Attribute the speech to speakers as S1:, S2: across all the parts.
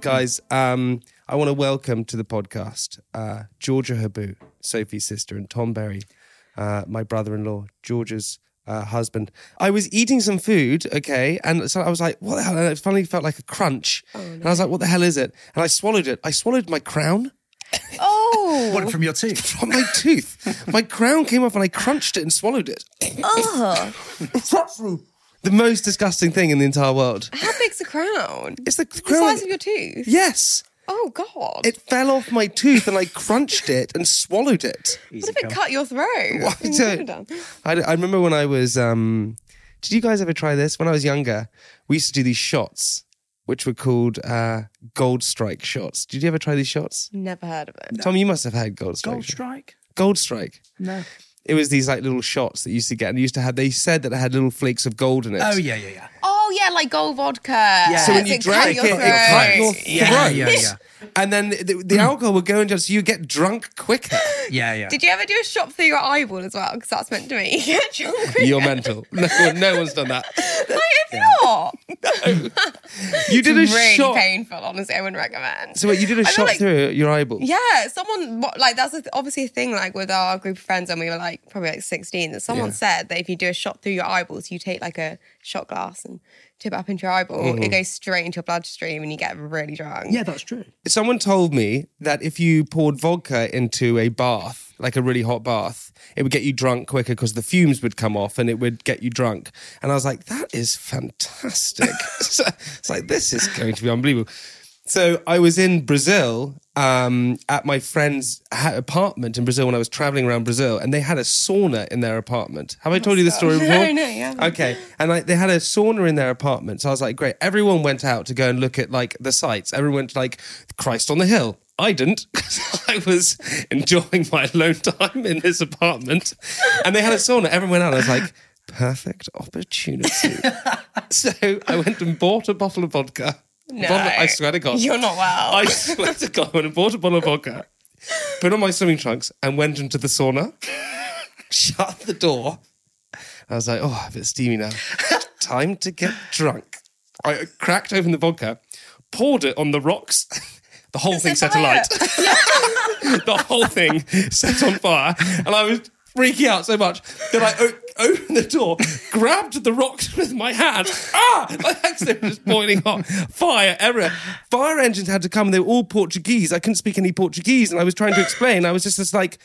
S1: guys. Um, I want to welcome to the podcast uh, Georgia Habu, Sophie's sister, and Tom Berry, uh, my brother-in-law, Georgia's uh, husband. I was eating some food, okay, and so I was like, "What the hell?" And it finally felt like a crunch, and I was like, "What the hell is it?" And I swallowed it. I swallowed my crown
S2: Oh,
S3: One from your tooth.
S1: from my tooth. My crown came off, and I crunched it and swallowed it.
S2: oh,
S1: The most disgusting thing in the entire world.
S2: how big's a crown?
S1: It's the
S2: the
S1: crown.
S2: size of your tooth.
S1: yes.
S2: Oh God!
S1: It fell off my tooth and I crunched it and swallowed it.
S2: what if it cut your throat?
S1: Well, I
S2: Mm,
S1: don't-
S2: done.
S1: I, I remember when I was. Um, did you guys ever try this? When I was younger, we used to do these shots, which were called uh, Gold Strike shots. Did you ever try these shots?
S2: Never heard of it.
S1: Tom, you must have had Gold Strike.
S3: Gold strike?
S1: Gold Strike.
S3: No.
S1: It was these like little shots that you used to get, and you used to have. They said that it had little flakes of gold in it.
S3: Oh yeah, yeah, yeah.
S2: Oh yeah, like gold vodka.
S1: So when you
S2: It cut
S1: drank it,
S2: your
S1: it cut your throat.
S3: Yeah, yeah, yeah.
S1: And then the, the alcohol would go into it, so you get drunk quicker.
S3: Yeah, yeah.
S2: Did you ever do a shot through your eyeball as well? Because that's meant to be.
S1: You're mental. No, one- no one's done that.
S2: Like, it's not.
S1: You did a
S2: really
S1: shot.
S2: painful. Honestly, I wouldn't recommend.
S1: So wait, you did a
S2: I feel
S1: shot
S2: like-
S1: through your eyeball.
S2: Yeah, someone what- like that's a th- obviously a thing. Like with our group of friends, and we were like probably like sixteen. That someone said that if you do a shot through your eyeballs, you take like a shot glass and tip it up into your eyeball, it goes straight into your bloodstream, and you get really drunk.
S3: Mm-hmm. Yeah, that's true.
S1: Someone told me that if you poured vodka into a bath, like a really hot bath, it would get you drunk quicker because the fumes would come off and it would get you drunk. And I was like, that is fantastic. So, it's like, this is going to be unbelievable. So I was in Brazil um, at my friend's ha- apartment in Brazil when I was traveling around Brazil, and they had a sauna in their apartment. Have I told you this story before?
S2: No, no, you haven't.
S1: Okay. And like they had a sauna in their apartment. So I was like, great. Everyone went out to go and look at like the sites. Everyone went to like Christ on the Hill. I didn't. 'cause I was enjoying my alone time in this apartment. And they had a sauna. Everyone went out. I was like, perfect opportunity. so I went and bought a bottle of vodka.
S2: No.
S1: Bottle- I swear to God.
S2: You're not well.
S1: I swear to God, I went and bought a bottle of vodka, put on my swimming trunks, and went into the sauna, shut the door. I was like, oh, a bit steamy now. Time to get drunk. I cracked open the vodka, poured it on the rocks. The whole thing set alight. the whole thing set on fire. And I was freaking out so much that I o- opened the door, grabbed the rocks with my hand. Ah! My accident was boiling hot. Fire everywhere. Fire engines had to come. They were all Portuguese. I couldn't speak any Portuguese. And I was trying to explain. I was just this, like,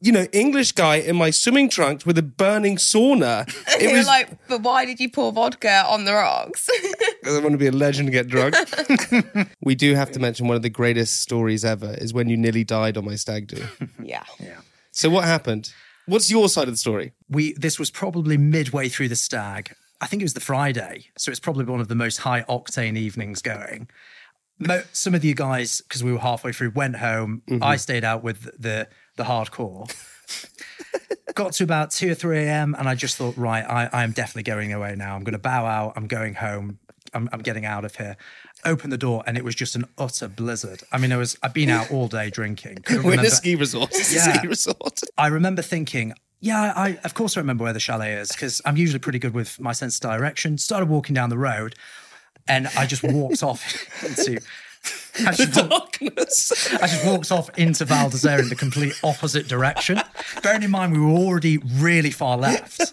S1: you know, English guy in my swimming trunks with a burning sauna. It
S2: You're
S1: was like,
S2: like, but why did you pour vodka on the rocks?
S1: I want to be a legend and get drunk. we do have to mention one of the greatest stories ever is when you nearly died on my stag do.
S2: yeah.
S1: So what happened? What's your side of the story?
S3: we this was probably midway through the stag. I think it was the Friday, so it's probably one of the most high octane evenings going. Mo- some of you guys, because we were halfway through, went home. I stayed out with the the hardcore. Got to about two or three a.m. and I just thought, right, I, I am definitely going away now. I'm going to bow out. I'm going home. I'm, I'm getting out of here. Open the door, and it was just an utter blizzard. I mean, I was I've been out all day drinking. Couldn't
S1: We're in a
S3: remember
S1: ski resort. It's a
S3: Yeah.
S1: ski resort.
S3: I remember thinking, yeah, I of course I remember where the chalet is because I'm usually pretty good with my sense of direction. Started walking down the road, and I just walked off into. I just, walked,
S1: Darkness.
S3: I just walked off into Val d'Isere in the complete opposite direction. Bearing in mind, we were already really far left.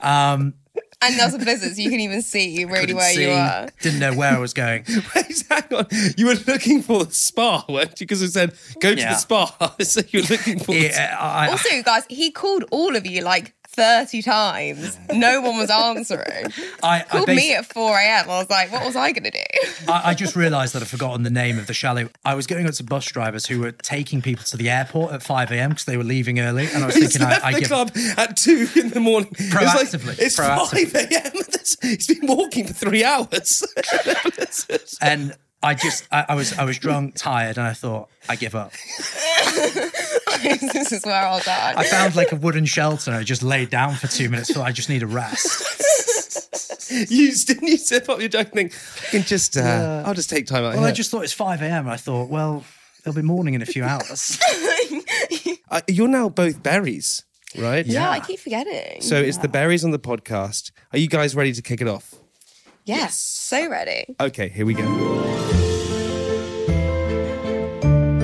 S3: Um,
S2: And there's a blizzard, so you can even see really
S3: couldn't
S2: where you
S3: see,
S2: are.
S3: Didn't know where I was going.
S1: Wait, hang on. You were looking for the spa, weren't you? Because it said go to
S3: Yeah.
S1: the spa. so you were looking for the spa.
S3: Yeah, I, I-
S2: Also, guys, he called all of you like 30 times. No one was answering.
S3: I, I,
S2: Called me
S3: basi-
S2: at 4 a.m. I was like, what was I going to do?
S3: I, I just realised that I've forgotten the name of the chalet. I was going up to bus drivers who were taking people to the airport at 5 a.m. because they were leaving early. And I was
S1: He's
S3: thinking, I,
S1: left
S3: I
S1: the
S3: give
S1: club at two in the morning.
S3: Proactively,
S1: it's like, it's
S3: proactively.
S1: five a.m. He's been walking for three hours.
S3: And I just, I, I was, I was drunk, tired, and I thought, I give up.
S2: this is where I'll die.
S3: I found like a wooden shelter. and I just laid down for two minutes. Thought I just need a rest.
S1: you didn't you zip up your jacket and think, I can just, uh, I'll just take time out.
S3: Well,
S1: here.
S3: I just thought it's 5 a.m. I thought, well, it'll be morning in a few hours.
S1: Uh, you're now both berries, right?
S2: yeah, I keep forgetting.
S1: So it's the berries on the podcast. Are you guys ready to kick it off?
S2: yes, so ready.
S1: Okay, here we go.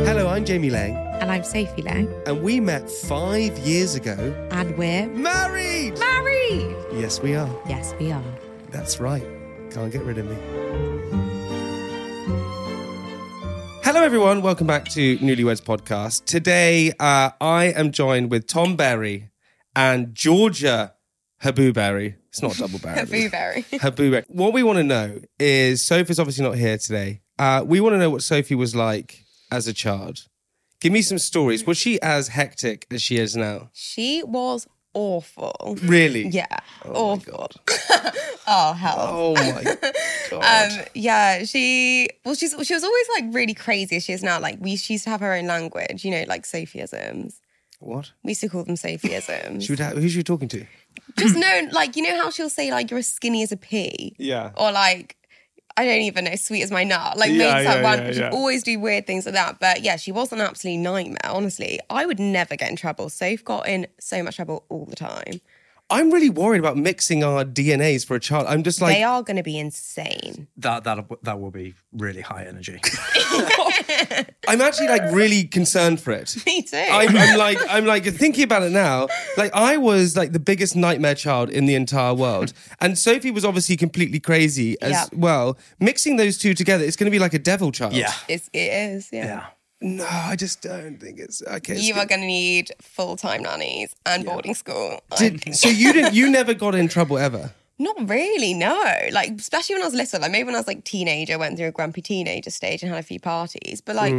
S1: Hello, I'm Jamie Lang,
S4: And I'm Sophie Lang.
S1: and we met five years ago.
S4: And we're
S1: Married!
S4: married.
S1: Yes, we are.
S4: Yes, we are.
S1: That's right. Can't get rid of me. Hello, everyone. Welcome back to Newlyweds Podcast. Today, uh, I am joined with Tom Berry and Georgia Habuberry. It's not double berry.
S2: Blueberry.
S1: Habuberry. What we want to know is Sophie's obviously not here today. Uh, we want to know what Sophie was like as a child. Give me some stories. Was she as hectic as she is now?
S2: She was awful.
S1: Really?
S2: Yeah,
S1: Oh, my
S2: awful.
S1: God.
S2: Oh, hell.
S1: Oh, my God.
S2: Um, yeah, she well, she's she was always like really crazy as she is now. Like we, she used to have her own language, you know, like Sophisms.
S1: what?
S2: We used to call them Sophisms.
S1: She would have, who's she talking to?
S2: Just known, like you know how she'll say like you're as skinny as a pea,
S1: Yeah.
S2: or like I don't even know, sweet as my nut. Like
S1: Yeah,
S2: makes up
S1: yeah,
S2: one.
S1: yeah,
S2: she'd
S1: yeah.
S2: always do weird things like that. But yeah, she was an absolute nightmare. Honestly, I would never get in trouble. Soph got in so much trouble all the time.
S1: I'm really worried about mixing our DNAs for a child. I'm just like,
S2: they are going to be insane.
S3: That that that will be really high energy.
S1: I'm actually like really concerned for it.
S2: Me too.
S1: I'm, I'm like, I'm like thinking about it now. Like, I was like the biggest nightmare child in the entire world, and Sophie was obviously completely crazy as
S2: Yeah.
S1: well. Mixing those two together, it's going to be like a devil child.
S3: Yeah.
S2: it's, it is. yeah.
S3: Yeah.
S1: No, I just don't think it's okay. it's
S2: you are
S1: good.
S2: going to need full time nannies and boarding school.
S1: Did, so you didn't. You never got in trouble ever.
S2: Not really, no. Like, especially when I was little, like maybe when I was like teenager, I went through a grumpy teenager stage and had a few parties. But like,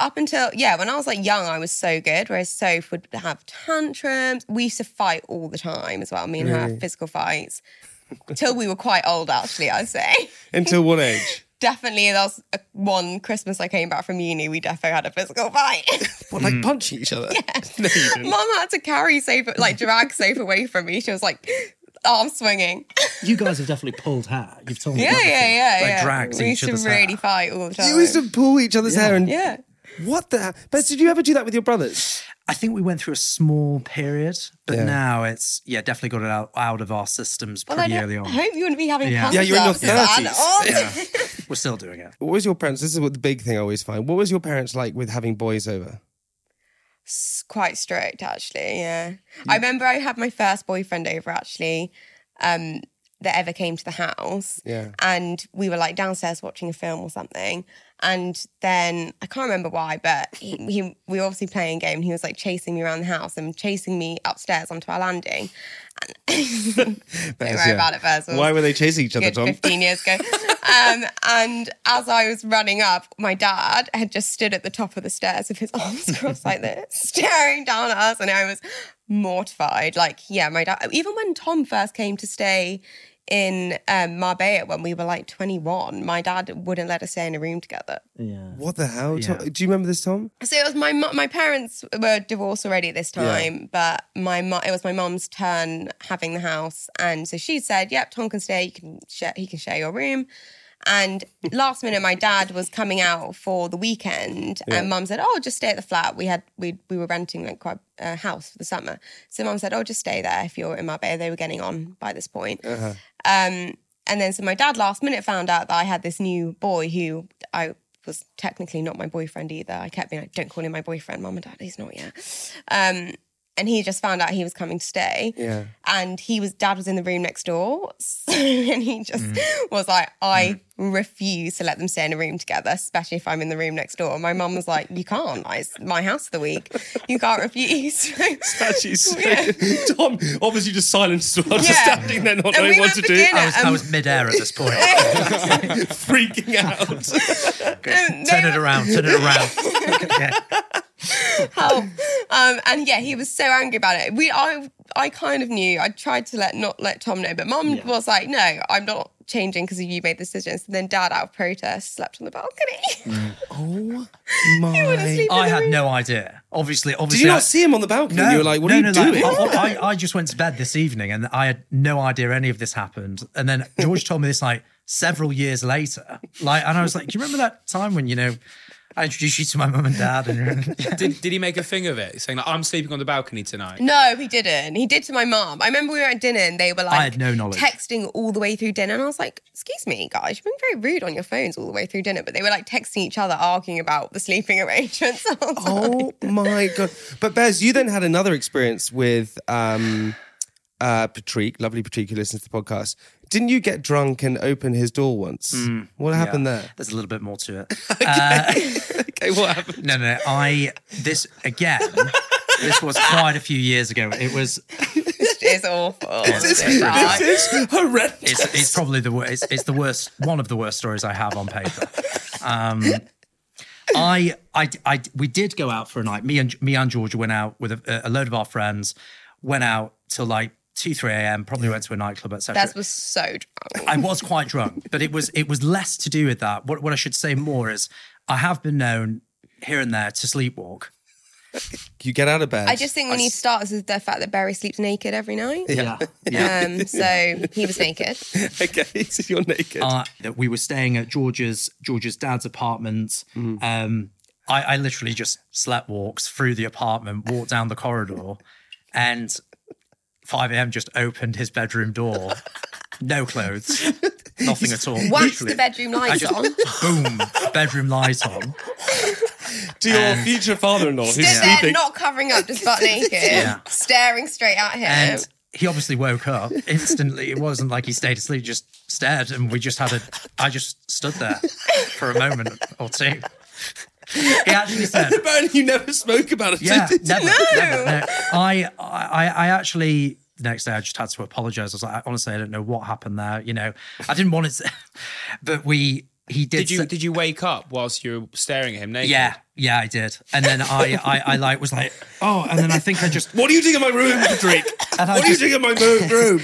S2: up until, yeah, when I was like young, I was so good, whereas Soph would have tantrums. We used to fight all the time as well. Me and her had physical fights till we were quite old, actually, I'd say.
S1: Until what age?
S2: Definitely, that was a, one Christmas I came back from uni, we defo had a physical fight.
S1: What, like punching each other? No, you didn't.
S2: Mum had to carry safe, like drag safe away from me. She was like, arm swinging.
S3: You guys have definitely pulled hair. You've told me.
S2: Yeah, yeah, yeah.
S3: Like
S2: yeah.
S3: drags
S2: We
S3: in
S2: used
S3: each
S2: to
S3: other's
S2: really
S3: hair.
S2: fight all the time.
S1: You used to pull each other's hair and
S2: yeah.
S1: what the? But did you ever do that with your brothers?
S3: I think we went through a small period, but
S1: Yeah.
S3: now it's yeah, definitely got it out, out of our systems
S2: Well, I
S3: pretty early
S2: don't-
S3: on.
S2: I hope you wouldn't be having
S3: Yeah.
S1: Yeah,
S2: yeah.
S1: you're in your 30s.
S3: We're still doing it.
S1: What was your parents? This is what the big thing I always find. What was your parents like with having boys over?
S2: Quite strict, actually. Yeah. I remember I had my first boyfriend over, actually, um, that ever came to the house.
S1: Yeah.
S2: And we were like downstairs watching a film or something. And then I can't remember why, but he, he, we were obviously playing a game and he was like chasing me around the house and chasing me upstairs onto our landing. Don't worry about it, Basil.
S1: Why were they chasing each other,
S2: good
S1: Tom?
S2: 15 years ago. um, and as I was running up, my dad had just stood at the top of the stairs with his arms crossed like this, staring down at us. And I was mortified. Like, yeah, my dad, even when Tom first came to stay in um, Marbella when we were like 21, my dad wouldn't let us stay in a room together.
S3: Yeah.
S1: What the hell?
S3: Yeah.
S1: Tom? Do you remember this, Tom?
S2: So it was my mu- my parents were divorced already at this time, but my mu- it was my mum's turn having the house, and so she said, "Yep, Tom can stay. You can share, he can share your room." And last minute, my dad was coming out for the weekend, and mum said, "Oh, just stay at the flat. We had we we were renting like quite a house for the summer." So mum said, "Oh, just stay there if you're in my bed." They were getting on by this point. Um, and then so my dad last minute found out that I had this new boy who I was technically not my boyfriend either. I kept being like, don't call him my boyfriend, mum and dad, he's not yet. Um, and he just found out he was coming to stay.
S1: Yeah.
S2: And he was dad was in the room next door, and he just was like, "I refuse to let them stay in a room together, especially if I'm in the room next door." My mum was like, "You can't. Like, It's my house for the week. You can't refuse."
S1: Actually, so- Tom obviously just silenced his understanding. They're not
S2: And
S1: knowing
S2: we
S1: what
S2: went
S1: to
S2: for
S1: do,
S2: dinner.
S1: I'm
S3: I was, I
S2: Um,
S3: was midair at this point.
S1: freaking out.
S2: Um,
S3: turn
S2: they
S3: it
S2: were-
S3: around, turn it around. yeah.
S2: help. Um, and yeah, he was so angry about it. We, I, I kind of knew. I tried to let not let Tom know, but Mum was like, "No, I'm not changing because you made this decision." So then Dad, out of protest, slept on the balcony.
S1: oh
S2: wouldn't
S1: my!
S2: sleep in
S3: I
S2: the
S3: had
S2: room.
S3: no idea. Obviously,
S1: Did
S3: obviously.
S1: you
S3: I-
S1: not see him on the balcony?
S3: No,
S1: you were like, "What
S3: no,
S1: are you
S3: no,
S1: doing?"
S3: Like, I, I- I just went to bed this evening and I had no idea any of this happened. And then George told me this like several years later. Like, and I was like, "Do you remember that time when you know I introduced you to my mum and dad?" And
S5: Did, did he make a thing of it, saying like, "I'm sleeping on the balcony tonight"?
S2: No, he didn't. He did to my mum. I remember we were at dinner and they were like,
S3: had no knowledge.
S2: texting all the way through dinner, and I was like, "Excuse me, guys, you've been very rude on your phones all the way through dinner." But they were like texting each other, arguing about the sleeping arrangements. I was like,
S1: Oh my god! But Bez, you then had another experience with um, uh, Patrick, lovely Patrick, who listens to the podcast. Didn't you get drunk and open his door once?
S3: Hmm.
S1: what happened
S3: There's a little bit more to it. Uh,
S1: there? okay, what happened?
S3: No, no, I this again. this was quite a few years ago. It was
S2: "This is awful."
S1: This, this is horrendous.
S3: it's, it's probably the worst. It's, it's the worst. One of the worst stories I have on paper. Um, I, I, I, we did go out for a night. Me and me and Georgia went out with a, a load of our friends. Went out till like two, three a.m. Probably went to a nightclub, etc.
S2: That was so drunk.
S3: I was quite drunk, but it was it was less to do with that. What what I should say more is I have been known here and there to sleepwalk.
S1: You get out of bed.
S2: I just think we need to start is the fact that Barry sleeps naked every night.
S3: Yeah,
S2: Um, so he was naked.
S1: okay, so you're naked.
S3: uh, that we were staying at George's George's dad's apartment. Um, I, I literally just slept walks through the apartment, walked down the corridor, and 5 a.m. just opened his bedroom door. No clothes, nothing at all.
S2: Waxed
S3: literally.
S2: the bedroom lights on.
S3: Boom, bedroom light on.
S1: to your future father-in-law who's
S2: Stood
S1: sleeping.
S2: there, not covering up, just butt naked, staring straight at him.
S3: And he obviously woke up instantly. It wasn't like he stayed asleep, just stared. And we just had a, I just stood there for a moment or two. He actually said,
S1: Apparently, you never spoke about it.
S3: Yeah,
S1: did you?
S3: never, never, no. I, I, I actually the next day I just had to apologize. I was like, honestly, I don't know what happened there. You know, I didn't want it, to- but we he did.
S5: Did you
S3: say-
S5: did you wake up whilst you were staring at him naked?
S3: yeah, yeah, I did. And then I, I, I like was like, oh, and then I think I just,
S1: What are you doing in my room, Patrick?
S3: and I
S1: what are you
S3: just-
S1: doing in my mo- room?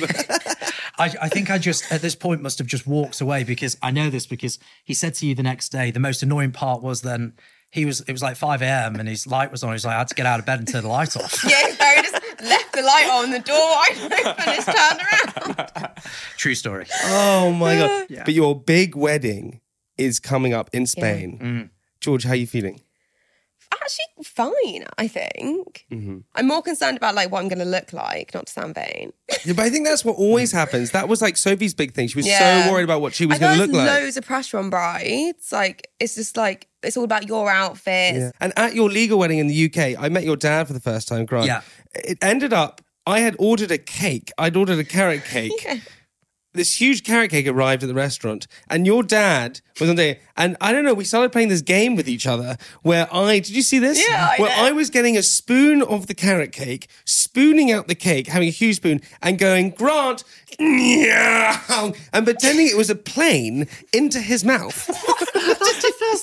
S3: I, I think I just at this point must have just walked away because I know this because he said to you the next day. The most annoying part was then he was it was like five a.m. and his light was on. He's like, I had to get out of bed and turn the light off.
S2: yeah, Barry just left the light on, the door wide open, and just turned around.
S3: True story.
S1: oh my god! But your big wedding is coming up in Spain. George, how are you feeling?
S2: Actually, fine, I think. I'm more concerned about like what I'm going to look like, not to sound vain.
S1: Yeah, but I think that's what always happens. That was like Sophie's big thing. She was
S2: Yeah.
S1: so worried about what she was
S2: I
S1: going
S2: feel
S1: to look
S2: there's
S1: like.
S2: loads of pressure on brides. Like it's just like it's all about your outfits.
S1: Yeah. And at your legal wedding in the UK, I met your dad for the first time, Grant.
S3: Yeah.
S1: It ended up, I had ordered a cake. I'd ordered a carrot cake. This huge carrot cake arrived at the restaurant, and your dad was on there. And I don't know, we started playing this game with each other where I, did you see this?
S2: Yeah, I
S1: Where
S2: did.
S1: I was getting a spoon of the carrot cake, spooning out the cake, having a huge spoon, and going, Grant, meow," and pretending it was a plane into his mouth.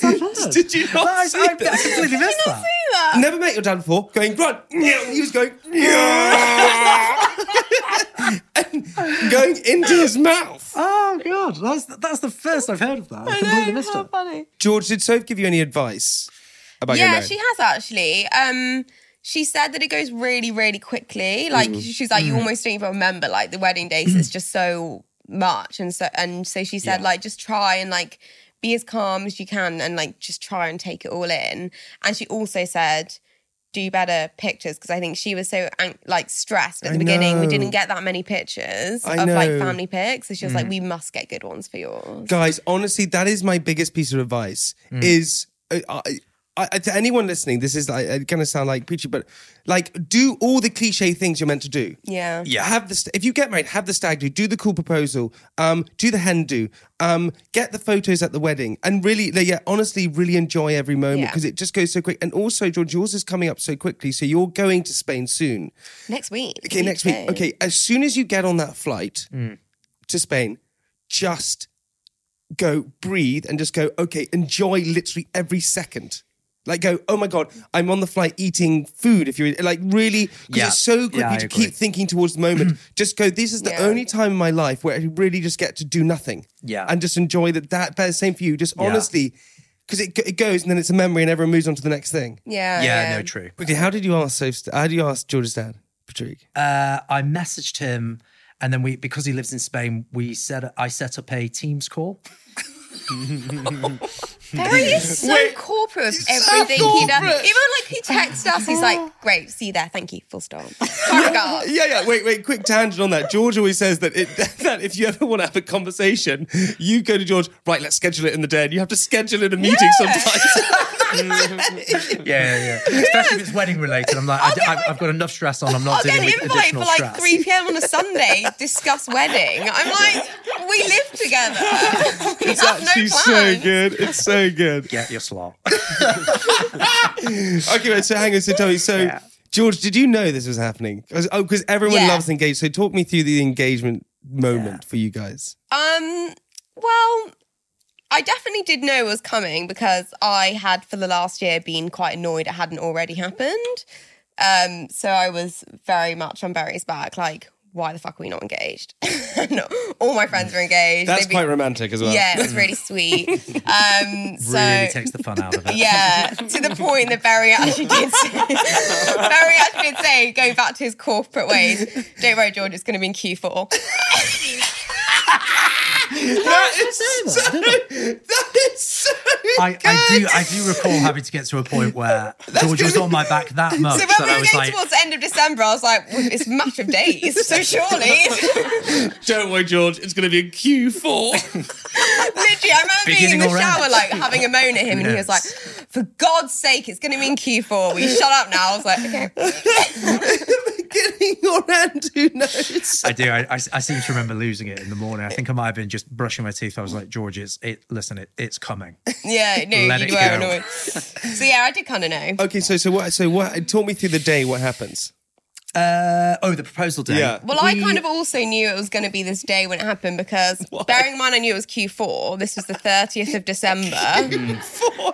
S1: Did you not see
S3: I, I,
S1: this?
S3: completely missed that.
S1: Never met your dad before. Going grunt. Yeah, he was going. Yeah. and going into his mouth.
S3: Oh god, that's that's the first I've heard of that. I completely missed it.
S2: funny.
S1: George, did Soph give you any advice about your
S2: Yeah,
S1: marriage?
S2: she has actually. Um, she said that it goes really, really quickly. Like
S1: Mm.
S2: she's like, you almost don't even remember like the wedding days. it's just so much, and so and so she said like, just try and like be as calm as you can, and like just try and take it all in. And she also said. Do better pictures because I think she was so ang- like stressed at the beginning. We
S1: know.
S2: didn't get that many pictures
S1: I
S2: of like
S1: know. Mm.
S2: family pics, so she was like, "We must get good ones for yours."
S1: Guys, honestly, that is my biggest piece of advice. Is uh, I, I, I- to anyone listening, this is like, going to sound like preachy, but like, do all the cliche things you're meant to do.
S2: Yeah.
S3: Yeah.
S1: Have the st- if you get married, have the stag do, do the cool proposal, um, do the hen do, um, get the photos at the wedding, and really, like, yeah, honestly, really enjoy every moment
S2: Yeah.
S1: because it just goes so quick. And also, George, yours is coming up so quickly, so you're going to Spain soon.
S2: Next week.
S1: Okay, next week. Okay, as soon as you get on that flight to Spain, just go breathe and just go, okay, enjoy literally every second. Like go, oh my god, I'm on the flight eating food. If you're like really, because
S3: Yeah.
S1: it's so quick
S3: Yeah, I
S1: to
S3: agree.
S1: keep thinking towards the moment. just go. This is the
S2: Yeah.
S1: only time in my life where I really just get to do nothing.
S3: Yeah.
S1: and just enjoy that. That that- same for you. Just honestly, because it it goes and then it's a memory and everyone moves on to the next thing.
S2: Yeah.
S3: yeah, no, true.
S1: Quickly, how did you ask? So, how did you ask George's dad, Patrick?
S3: Uh, I messaged him, and then we because he lives in Spain, we set I set up a Teams call.
S2: Barry is so corporate with everything he does. Even like he texts us, he's like, "Great, see you there. Thank you. Full stop." Can't regard.
S1: Yeah, yeah. Wait, wait. Quick tangent on that. George always says that it, that if you ever want to have a conversation, you go to George. Right, let's schedule it in the day, and you have to schedule in a meeting sometimes.
S3: Yeah, yeah, yeah. Especially if it's wedding related. I'm like, I, I, have got enough stress on. I'm not
S2: I'll get
S3: dealing
S2: an
S3: with
S2: invite for
S3: additional
S2: like
S3: stress.
S2: 3 p.m. on a Sunday. Discuss wedding. I'm like, we live together. We
S1: it's
S2: have no
S1: actually
S2: plans.
S1: so good. It's so good.
S3: Get your slot.
S1: Okay, wait, so hang on. So tell me. So
S3: Yeah.
S1: George, did you know this was happening? 'Cause- Oh, because everyone
S2: Yeah.
S1: loves engaged. So talk me through the engagement moment for you guys.
S2: Um, well, I definitely did know it was coming because I had for the last year been quite annoyed it hadn't already happened. Um, so I was very much on Barry's back, like, why the fuck are we not engaged? no, all my friends were engaged.
S1: That's
S2: They've been-
S1: quite romantic as well.
S2: Yeah, it was really sweet. Um, so
S3: really takes the fun out of it.
S2: yeah, to the point that Barry actually did say, Barry actually did say, going back to his corporate ways, don't worry, George, it's going to be in Q4.
S1: That is so. That is so.
S3: I, I do
S1: good.
S3: I do recall having to get to a point where George was on my back that
S2: So
S3: much
S2: when
S3: that
S2: we
S3: I
S2: were
S3: was
S2: going
S3: like,
S2: towards the end of December, I was like, well, it's a matter of days. So surely,
S1: Don't worry, George. It's going to be a Q4.
S2: literally, I remember being in
S3: Beginning
S2: the
S3: already.
S2: shower, like having a moan at him, and he was like, "For God's sake, it's going to be in Q4. Will you shut up now?" I was like, "Okay."
S1: Beginning or end, who knows?
S3: I do. I, I, I seem to remember losing it in the morning. I think I might have been just brushing my teeth. I was like, George, it's it. Listen, it, it's coming.
S2: Yeah, no,
S3: Let
S2: you
S3: it
S2: were
S3: go.
S2: annoyed. So yeah, I did kind of know.
S1: Okay, so so what? So what? Talk me through the day. What happens?
S3: Uh, oh, the proposal day.
S1: Yeah.
S2: Well, I kind of also knew it was going to be this day when it happened because, bearing in mind, I knew it was Q4. This was the 30th of
S3: Mm,
S2: December.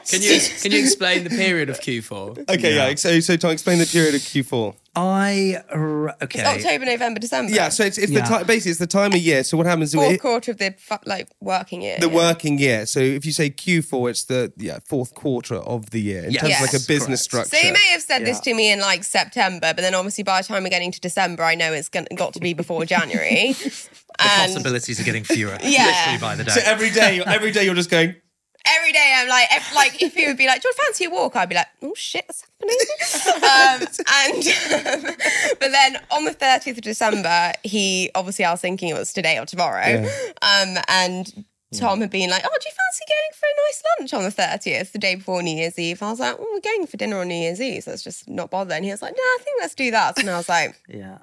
S5: Can you can you explain the period of Q4?
S1: Okay, yeah. So so Tom, explain the period of Q4.
S3: I r- okay.
S2: October, November, December.
S1: Yeah. So it's, it's the
S3: Yeah.
S1: time. Basically, it's the time of year. So what happens?
S2: fourth
S1: It,
S2: quarter of the fu- like working year.
S1: the
S2: yeah.
S1: working year. So if you say Q4, it's the yeah fourth quarter of the year in terms
S2: Yes,
S1: of like a business
S2: So
S1: structure.
S2: you may have said this to me in like September, but then obviously by the time we're getting to December, I know it's gonna, got to be before January.
S3: The
S2: and
S3: possibilities are getting fewer.
S2: Yeah.
S3: Literally by the day.
S1: So every day, every day you're just going.
S2: every day I'm like, if, like if he would be like, "Do you fancy a walk?" I'd be like, "Oh shit, that's happening." um, and but then on the 30th of December, he obviously I was thinking it was today or tomorrow, um, and. Tom had been like, "Oh, do you fancy going for a nice lunch on the thirtieth, the day before New Year's Eve?" I was like, "Well, we're going for dinner on New Year's Eve, so let's just not bother." And he was like, "No, I think let's do that." And I was like,
S3: yeah.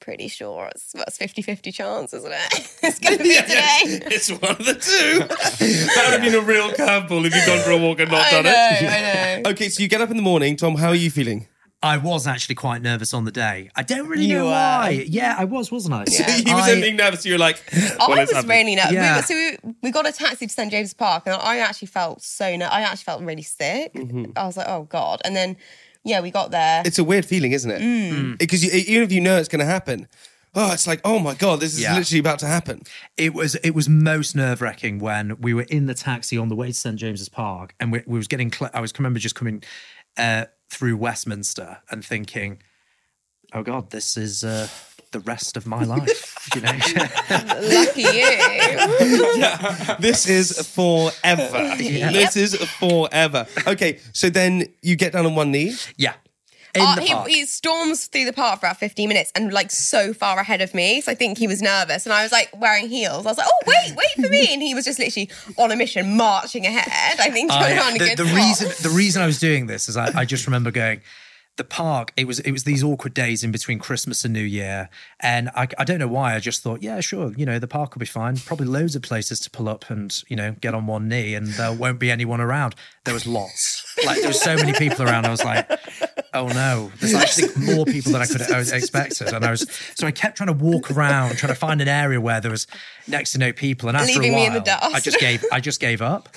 S2: pretty sure it's what's 50-50 chance, isn't it? it's gonna be today.
S1: It's one of the two. that would have been a real curveball if you'd gone for a walk and not
S2: I know, I know.
S1: Okay, so you get up in the morning, Tom. How are you feeling?
S3: I was actually quite nervous on the day. I don't really
S2: You
S3: know
S2: were.
S3: why. Yeah, I was, wasn't I?
S2: Yeah.
S1: he was
S3: I-
S1: being nervous. So you're like, well,
S2: I
S1: it's
S2: was
S1: happening.
S2: really nervous. We
S3: Yeah.
S2: were- so we, we got a taxi to St James's Park, and I actually felt so ner- I actually felt really sick. I was like, oh god. And then yeah, we got there.
S1: It's a weird feeling, isn't
S3: Mm.
S1: it? Because you, even if you know it's going to happen, oh, it's like, oh my god, this is
S3: Yeah.
S1: literally about to happen.
S3: It was it was most nerve wracking when we were in the taxi on the way to St James's Park, and we, we was getting. Cl- I was remember just coming uh, through Westminster and thinking, "Oh God, this is uh, the rest of my life." you know,
S2: Lucky you.
S1: This is forever. This is forever. Okay, so then you get down on one knee.
S3: yeah. In
S2: Uh,
S3: the
S2: he,
S3: park.
S2: he storms through the park for about 15 minutes and like so far ahead of me. So I think he was nervous. And I was like wearing heels. I was like, oh, wait, wait for me. And he was just literally on a mission, marching ahead. I think trying
S3: I-
S2: on a
S3: the,
S2: good
S3: the
S2: spot.
S3: reason the reason I was doing this is I, I just remember going the park it was it was these awkward days in between Christmas and New Year and I, I don't know why I just thought yeah sure you know the park will be fine probably loads of places to pull up and you know get on one knee and there won't be anyone around there was lots like there was so many people around I was like oh no there's actually more people than I could have expected and I was so I kept trying to walk around trying to find an area where there was next to no people and after
S2: Leaving
S3: a
S2: me
S3: while
S2: in the
S3: I
S2: dust.
S3: just gave I just gave up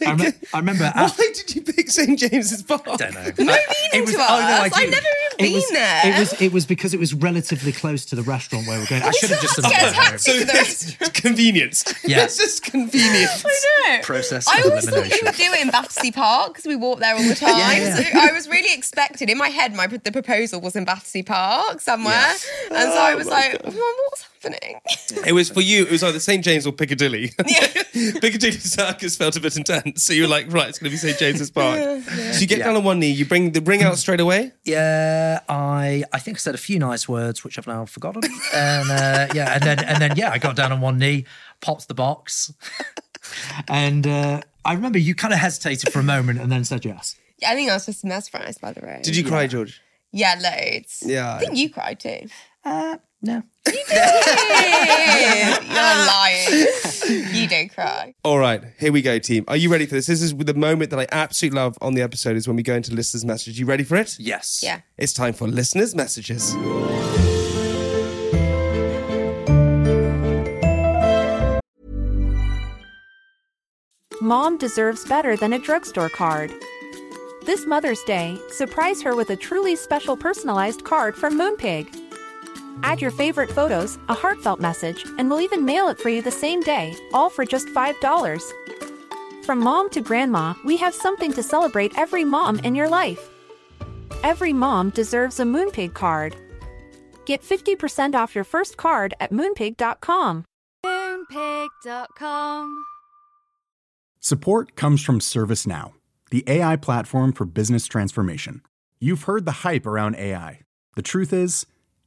S3: I, remem- I remember
S1: Why
S3: after
S1: did you pick St James's Park? I
S3: don't know.
S2: No
S3: I-
S2: meaning to us. I've
S3: oh, do.
S2: never even
S3: It was-
S2: been there.
S3: It was it was because it was relatively close to the restaurant where we're going. I should have just done
S2: Get a
S3: that.
S2: taxi to the restaurant.
S1: It's convenience.
S3: Yeah.
S1: It's just convenience.
S2: I know.
S3: Process
S2: I
S3: of
S2: always thought you
S3: elimination.
S2: were doing Battersea Park because we walk there all the time.
S3: Yeah, yeah.
S2: So I was really expected. In my head, my the proposal was in Battersea Park somewhere, and so
S3: Oh
S2: I was like, "Mum, "What's happening?"
S1: It was for you, it was either St James or Piccadilly.
S2: Yeah.
S1: Piccadilly Circus felt a bit intense. So you were like, right, it's going to be St James's Park. So you get down on one knee, you bring the ring out straight away.
S3: Yeah, I I think I said a few nice words which I've now forgotten. And uh, yeah, and then and then yeah, I got down on one knee, popped the box, and uh, I remember you kind of hesitated for a moment and then said yes.
S2: Yeah, I think I was just mesmerised by the road.
S1: Did you cry, George?
S2: Yeah, loads.
S1: Yeah.
S2: I think you cried too.
S3: Uh, no.
S2: You're lying. You don't cry.
S1: All right, here we go, team. Are you ready for this? This is the moment that I absolutely love on the episode is when we go into listeners' messages. You ready for it?
S3: Yes.
S2: Yeah.
S1: It's time for listeners' messages.
S6: Mom deserves better than a drugstore card. This Mother's Day, surprise her with a truly special personalized card from Moonpig. Add your favorite photos, a heartfelt message, and we'll even mail it for you the same day, all for just $5. From mom to grandma, we have something to celebrate every mom in your life. Every mom deserves a Moonpig card. Get 50% off your first card at moonpig.com.
S4: Moonpig.com.
S7: Support comes from ServiceNow, the AI platform for business transformation. You've heard the hype around AI. The truth is,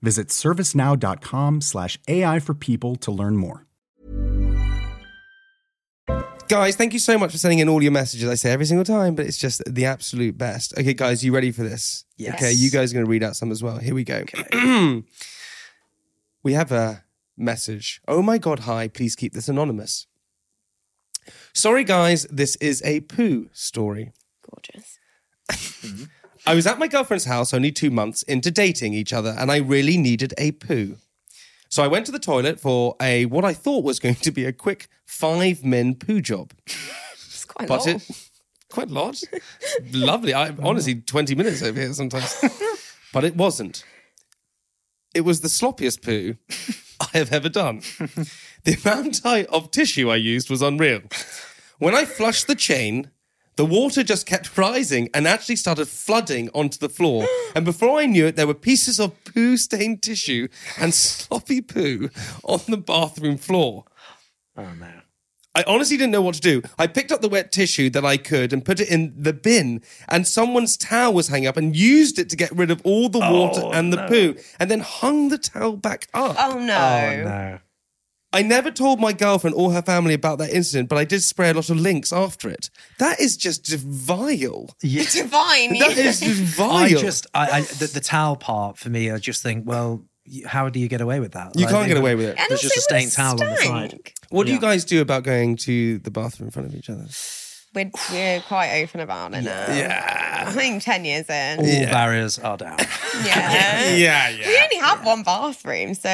S7: Visit servicenow.com slash AI for people to learn more.
S1: Guys, thank you so much for sending in all your messages. I say every single time, but it's just the absolute best. Okay, guys, you ready for this?
S3: Yes.
S1: Okay, you guys are going to read out some as well. Here we go. we have a message. Oh my God, hi. Please keep this anonymous. Sorry, guys, this is a poo story.
S2: Gorgeous.
S1: I was at my girlfriend's house only two months into dating each other, and I really needed a poo. So I went to the toilet for a what I thought was going to be a quick five min poo job.
S2: It's quite
S1: But
S2: long.
S1: it quite a lot. Lovely. I honestly twenty minutes over here sometimes. but it wasn't. It was the sloppiest poo I have ever done. the amount I, of tissue I used was unreal. When I flushed the chain, the water just kept rising and actually started flooding onto the floor. And before I knew it, there were pieces of poo stained tissue and sloppy poo on the bathroom floor. I honestly didn't know what to do. I picked up the wet tissue that I could and put it in the bin, and someone's towel was hanging up and used it to get rid of all the water and the poo, and then hung the towel back up.
S2: oh, no.
S3: No.
S1: I never told my girlfriend or her family about that incident, but I did spray a lot of links after it. That is just vile.
S3: Yes.
S2: Divine.
S1: That is just vile.
S3: I just, I, I the, the towel part for me, I just think, well, y- how do you get away with that?
S1: You can't get away with it.
S2: And
S3: There's just a
S2: also it
S3: stained towel on the
S2: stank.
S3: side.
S1: what do you
S3: Yeah.
S1: guys do about going to the bathroom in front of each other?
S2: We're, we're quite open about it now.
S1: Yeah.
S2: I think 10 years in.
S3: All barriers are down.
S2: Yeah.
S1: Yeah,
S2: We only have one bathroom, so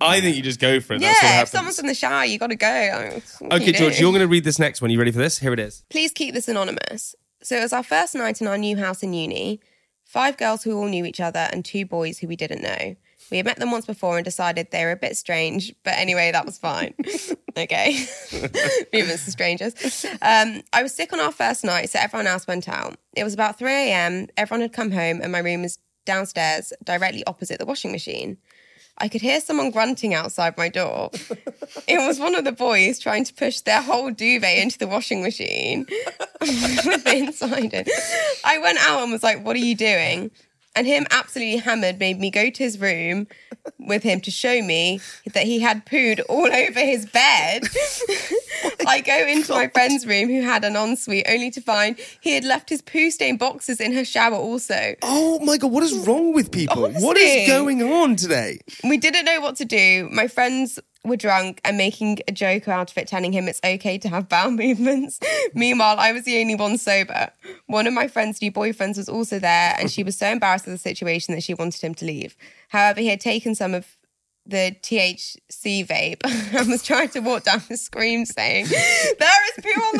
S1: I think you just go for it. That's what
S2: yeah. If
S1: happens.
S2: someone's in the shower, you got to go. Like, what can
S1: Okay,
S2: you do?
S1: George, you're going to read this next one. You ready for this? Here it is.
S2: Please keep this anonymous. So it was our first night in our new house in uni. Five girls who all knew each other and two boys who we didn't know. We had met them once before and decided they were a bit strange, but anyway, that was fine. okay. Movements to strangers. Um, I was sick on our first night, so everyone else went out. It was about 3 a.m. Everyone had come home, and my room was downstairs, directly opposite the washing machine. I could hear someone grunting outside my door. it was one of the boys trying to push their whole duvet into the washing machine with the inside it. I went out and was like, What are you doing? And him absolutely hammered made me go to his room with him to show me that he had pooed all over his bed. I go into my friend's room who had an ensuite only to find he had left his poo stained boxes in her shower also.
S1: Oh my god, what is wrong with people? What
S2: Honestly.
S1: is going on today?
S2: We didn't know what to do. My friends were drunk and making a joke out of it, telling him it's okay to have bowel movements. Meanwhile, I was the only one sober. One of my friend's new boyfriends was also there, and she was so embarrassed of the situation that she wanted him to leave. However, he had taken some of the THC vape and was trying to walk down the scream saying, There is poo on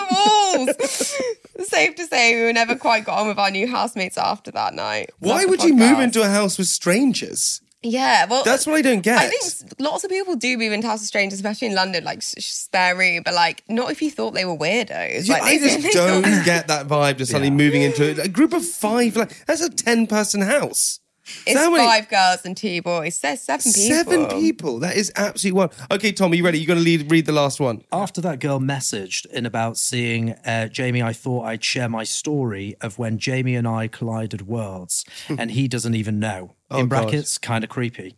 S2: the walls. Safe to say, we never quite got on with our new housemates after that night.
S1: Why
S2: Love the
S1: would you move
S2: podcast.
S1: into a house with strangers?
S2: Yeah, well,
S1: That's what I don't get.
S2: I think s- lots of people do move into houses strange, especially in London, like s- spare room, but like not if you thought they were weirdos.
S1: Yeah,
S2: like,
S1: I
S2: they-
S1: just
S2: they
S1: don't
S2: thought-
S1: get that vibe. Just suddenly moving into it. a group of five. Like that's a ten-person house.
S2: It's
S1: How many-
S2: five girls and two boys. There's seven people.
S1: Seven people. That is absolutely wild. Okay, Tom, are you ready? You're going to lead, read the last one.
S3: After that girl messaged in about seeing uh, Jamie, I thought I'd share my story of when Jamie and I collided worlds, and he doesn't even know.
S1: God.
S3: in brackets, kind of creepy.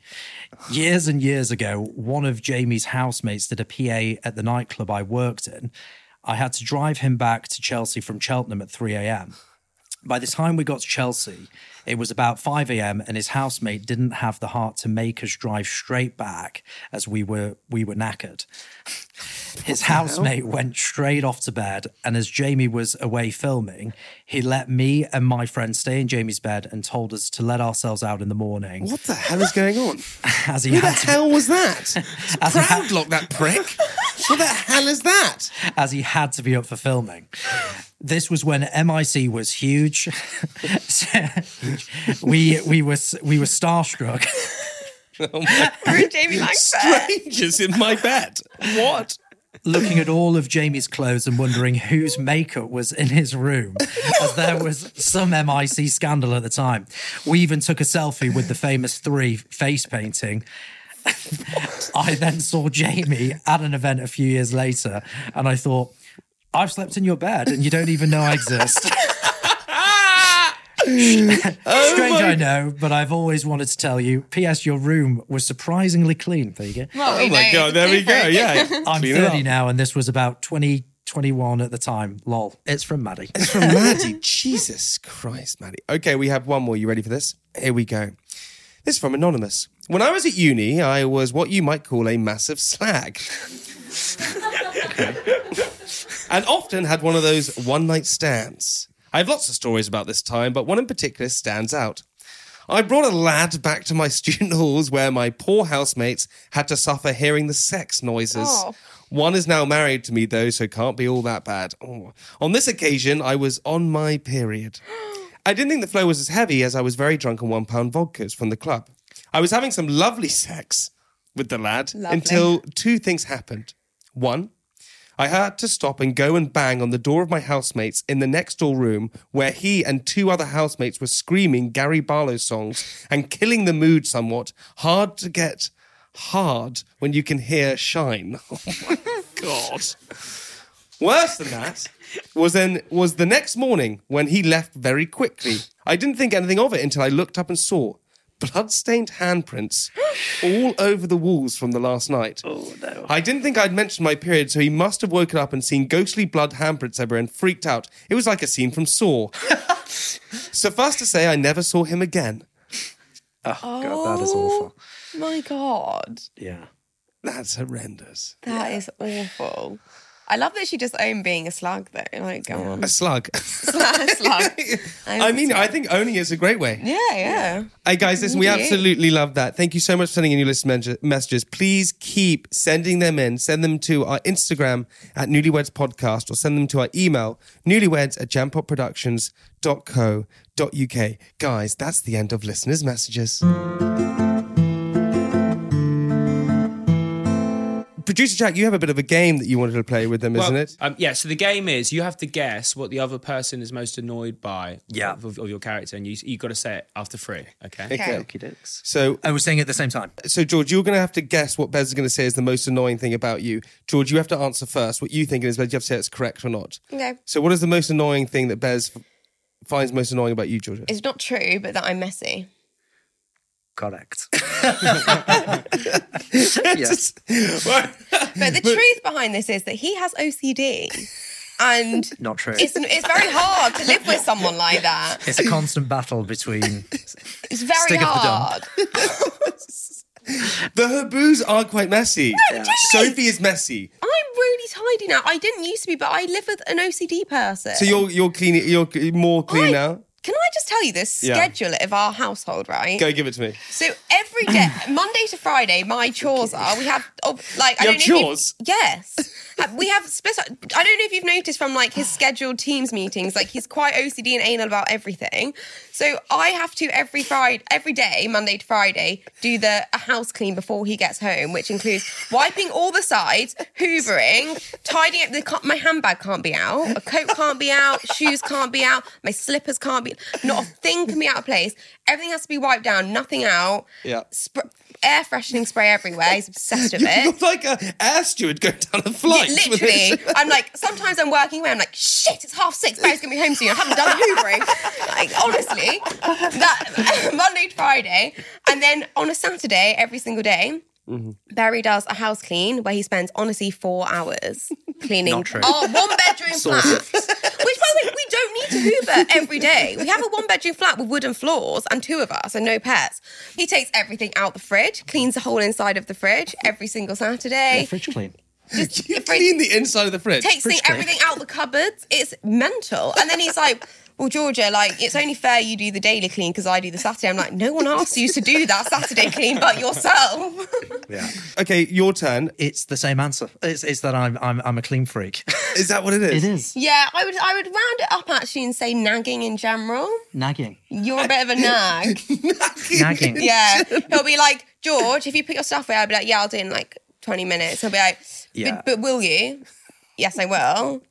S3: Years and years ago, one of Jamie's housemates did a PA at the nightclub I worked in. I had to drive him back to Chelsea from Cheltenham at 3 a.m. By the time we got to Chelsea, it was about 5 a.m. and his housemate didn't have the heart to make us drive straight back as we were we were knackered. His housemate went straight off to bed, and as Jamie was away filming, he let me and my friend stay in Jamie's bed and told us to let ourselves out in the morning.
S1: What the hell is going on?
S3: As he
S1: Who the
S3: had to,
S1: hell was that? Proudlock, that prick. What the hell is that?
S3: as he had to be up for filming. This was when MIC was huge. we we were we were starstruck.
S2: Jamie Langford.
S1: Strangers in my bed. What?
S3: looking at all of Jamie's clothes and wondering whose makeup was in his room, as there was some MIC scandal at the time. We even took a selfie with the famous three face painting. I then saw Jamie at an event a few years later, and I thought, I've slept in your bed and you don't even know I exist. Strange, I know, but I've always wanted to tell you. P.S. Your room was surprisingly clean. There you go.
S2: Well, we
S1: Oh my
S2: know
S1: god,
S2: it's
S1: there we go.
S2: different.
S1: Yeah.
S3: I'm
S1: Clean it up.
S3: 30 now, and this was about 2021 at the time. Lol. It's from Maddie.
S1: It's from Maddie. Jesus Christ, Maddie. Okay, we have one more. You ready for this? Here we go. This is from Anonymous. When I was at uni, I was what you might call a massive slag. and often had one of those one night stands. I have lots of stories about this time, but one in particular stands out. I brought a lad back to my student halls where my poor housemates had to suffer hearing the sex noises.
S2: Oh.
S1: One is now married to me, though, so can't be all that bad. Oh. On this occasion, I was on my period. I didn't think the flow was as heavy as I was very drunk on one pound vodkas from the club. I was having some lovely sex with the lad
S2: Lovely.
S1: until two things happened. One, I had to stop and go and bang on the door of my housemates in the next door room where he and two other housemates were screaming Gary Barlow songs and killing the mood somewhat. Hard to get hard when you can hear shine. Oh my God. Worse than that was then was the next morning when he left very quickly. I didn't think anything of it until I looked up and saw blood-stained handprints all over the walls from the last night. Oh no. I didn't think I'd mentioned my period, so he must have woken up and seen ghostly blood handprints everywhere and freaked out. It was like a scene from Saw. Suffice to say, I never saw him again.
S3: Oh, God, that is awful.
S2: My God.
S3: Yeah.
S1: That's horrendous.
S2: that is awful. I love that she just owned being a slug, though. Like, go on.
S1: A slug.
S2: Slug. slug.
S1: I mean, I think owning is a great way.
S2: Yeah, yeah.
S1: Hey guys, listen, we
S2: Thank you.
S1: absolutely love that. Thank you so much for sending in your list men- messages. Please keep sending them in. Send them to our Instagram at Newlyweds Podcast or send them to our email, newlyweds at jampotproductions.co.uk. Guys, that's the end of listeners' messages. Producer Jack, you have a bit of a game that you wanted to play with them,
S5: Well,
S1: isn't it?
S5: Um, yeah. So the game is you have to guess what the other person is most annoyed by.
S3: Yeah.
S5: Of, of your character, and you you got to say it after three. Okay.
S2: Okay.
S1: So,
S3: And we're saying it at the same time.
S1: so George, you're going to have to guess what Bez is going to say is the most annoying thing about you. George, you have to answer first what you think it is, but you have to say it's correct or not.
S2: Okay.
S1: So, what is the most annoying thing that Bez f- finds most annoying about you, Georgia?
S2: It's not true, but that I'm messy.
S3: Correct.
S2: But the truth behind this is that he has OCD, and
S3: Not true.
S2: it's it's very hard to live with someone like that.
S3: It's a constant battle between.
S2: It's very
S3: Stick up the dump.
S2: hard.
S1: The her boos are quite messy. Sophie is messy.
S2: I'm really tidy now. I didn't used to be, but I live with an OCD person.
S1: So you're you're clean. You're c- more clean
S2: I-
S1: now.
S2: Can I just tell you this
S1: Yeah.
S2: schedule of our household, right?
S1: Go give it to me.
S2: So every day, Monday to Friday, my chores are we have oh, like I
S1: You
S2: don't
S1: have
S2: know if
S1: chores?
S2: you've- Yes, Uh, we have split. I don't know if you've noticed from like his scheduled teams meetings, like he's quite OCD and anal about everything. So I have to every Friday, every day, Monday to Friday, do the a house clean before he gets home, which includes wiping all the sides, hoovering, tidying up the ca- my handbag can't be out, a coat can't be out, shoes can't be out, my slippers can't be, not a thing can be out of place. Everything has to be wiped down, nothing out
S1: Yeah.
S2: sp- air freshening spray everywhere. He's obsessed with
S1: You're
S2: it.
S1: like a air steward going down a flight. with
S2: Literally,
S1: it.
S2: I'm like, sometimes I'm working away. I'm like, shit, it's half six. Barry's gonna be home soon. I haven't done the hoovering. Like, honestly, that Monday to Friday, and then on a Saturday, every single day, Barry does a house clean where he spends honestly four hours cleaning
S3: Not true.
S2: our one bedroom flat. Which, by the way, we don't need to Hoover every day. We have a one bedroom flat with wooden floors and two of us and no pets. He takes everything out the fridge, cleans the whole inside of the fridge every single Saturday.
S3: Fridge clean.
S2: Just
S1: you
S2: the fridge-
S1: clean the inside of the fridge.
S2: takes the, everything out the cupboards. It's mental. And then he's like, well, Georgia, like, it's only fair you do the daily clean because I do the Saturday. I'm like, no one asked you to do that Saturday clean but yourself.
S1: Okay, your turn.
S3: It's the same answer. It's, it's that I'm, I'm I'm a clean freak.
S1: Is that what it is?
S3: is
S2: yeah, I would I would round it up actually and say nagging in general.
S3: nagging.
S2: You're a bit of a nag.
S3: Nagging.
S2: Yeah. He'll be like, George, if you put your stuff away, I'll be like, yeah, I'll do it in like 20 minutes. He'll be like, but,
S3: Yeah.
S2: but will you? Yes, I will.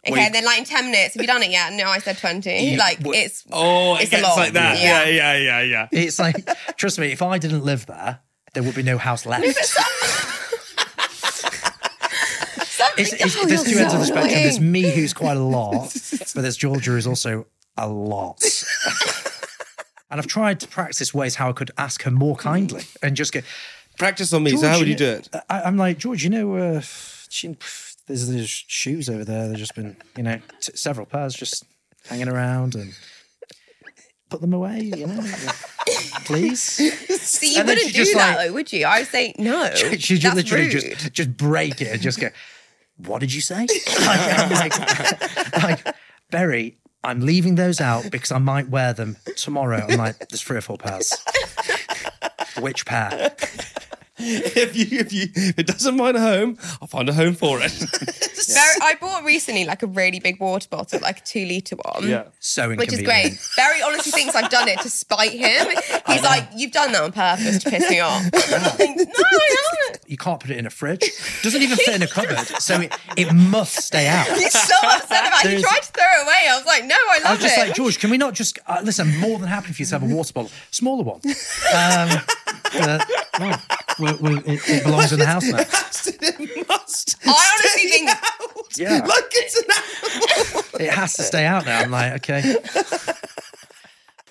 S2: Okay,
S1: you-
S2: and then like in 10 minutes, have you done it yet? No, I said 20. like, it's.
S1: Oh, it
S2: It's a
S1: gets
S2: lot.
S1: like that.
S2: Yeah.
S1: Yeah, yeah, yeah, yeah.
S3: It's like trust me. If I didn't live there, there would be no house left. It's, it's,
S2: Oh,
S3: there's
S2: you're
S3: two ends of the
S2: so
S3: spectrum. There's
S2: annoying.
S3: me, who's quite a lot, but there's Georgia, who's also a lot. and I've tried to practice ways how I could ask her more kindly and just go,
S1: Practice on me. so how would you do it?
S3: I, I'm like, George, you know, uh, she, there's these shoes over there. They've just been, you know, t- several pairs just hanging around and put them away, you know, please.
S2: See, you
S3: And then
S2: wouldn't
S3: she just
S2: do that
S3: like-
S2: though, would you? I would say no.
S3: She just
S2: That's
S3: literally
S2: rude.
S3: just just break it and just go, What did you say? like, I'm like, like, Berry, I'm leaving those out because I might wear them tomorrow. I'm like, there's three or four pairs. Which pair?
S1: if you if you if it doesn't mind a home, I'll find a home for it.
S2: Barry, I bought recently like a really big water bottle, like a two liter one.
S3: So
S2: Which is
S3: inconvenient.
S2: great. Barry honestly thinks I've done it to spite him. He's like, "You've done that on purpose to piss me off." I'm like, no, I haven't.
S3: You can't put it in a fridge. Doesn't even fit in a cupboard. So it, it must stay out.
S2: He's so upset about. it. He
S3: There's-
S2: tried to throw it away. I was like, "No, I
S3: I
S2: love
S3: was just
S2: it."
S3: like, George, can we not just uh, listen? I'm more than happy for you to have a water bottle, smaller one. Um, but, no, we we- it, it belongs in the house now.
S1: it must.
S2: I honestly think
S3: Yeah.
S1: Like it's an
S3: It has to stay out now. I'm like, okay.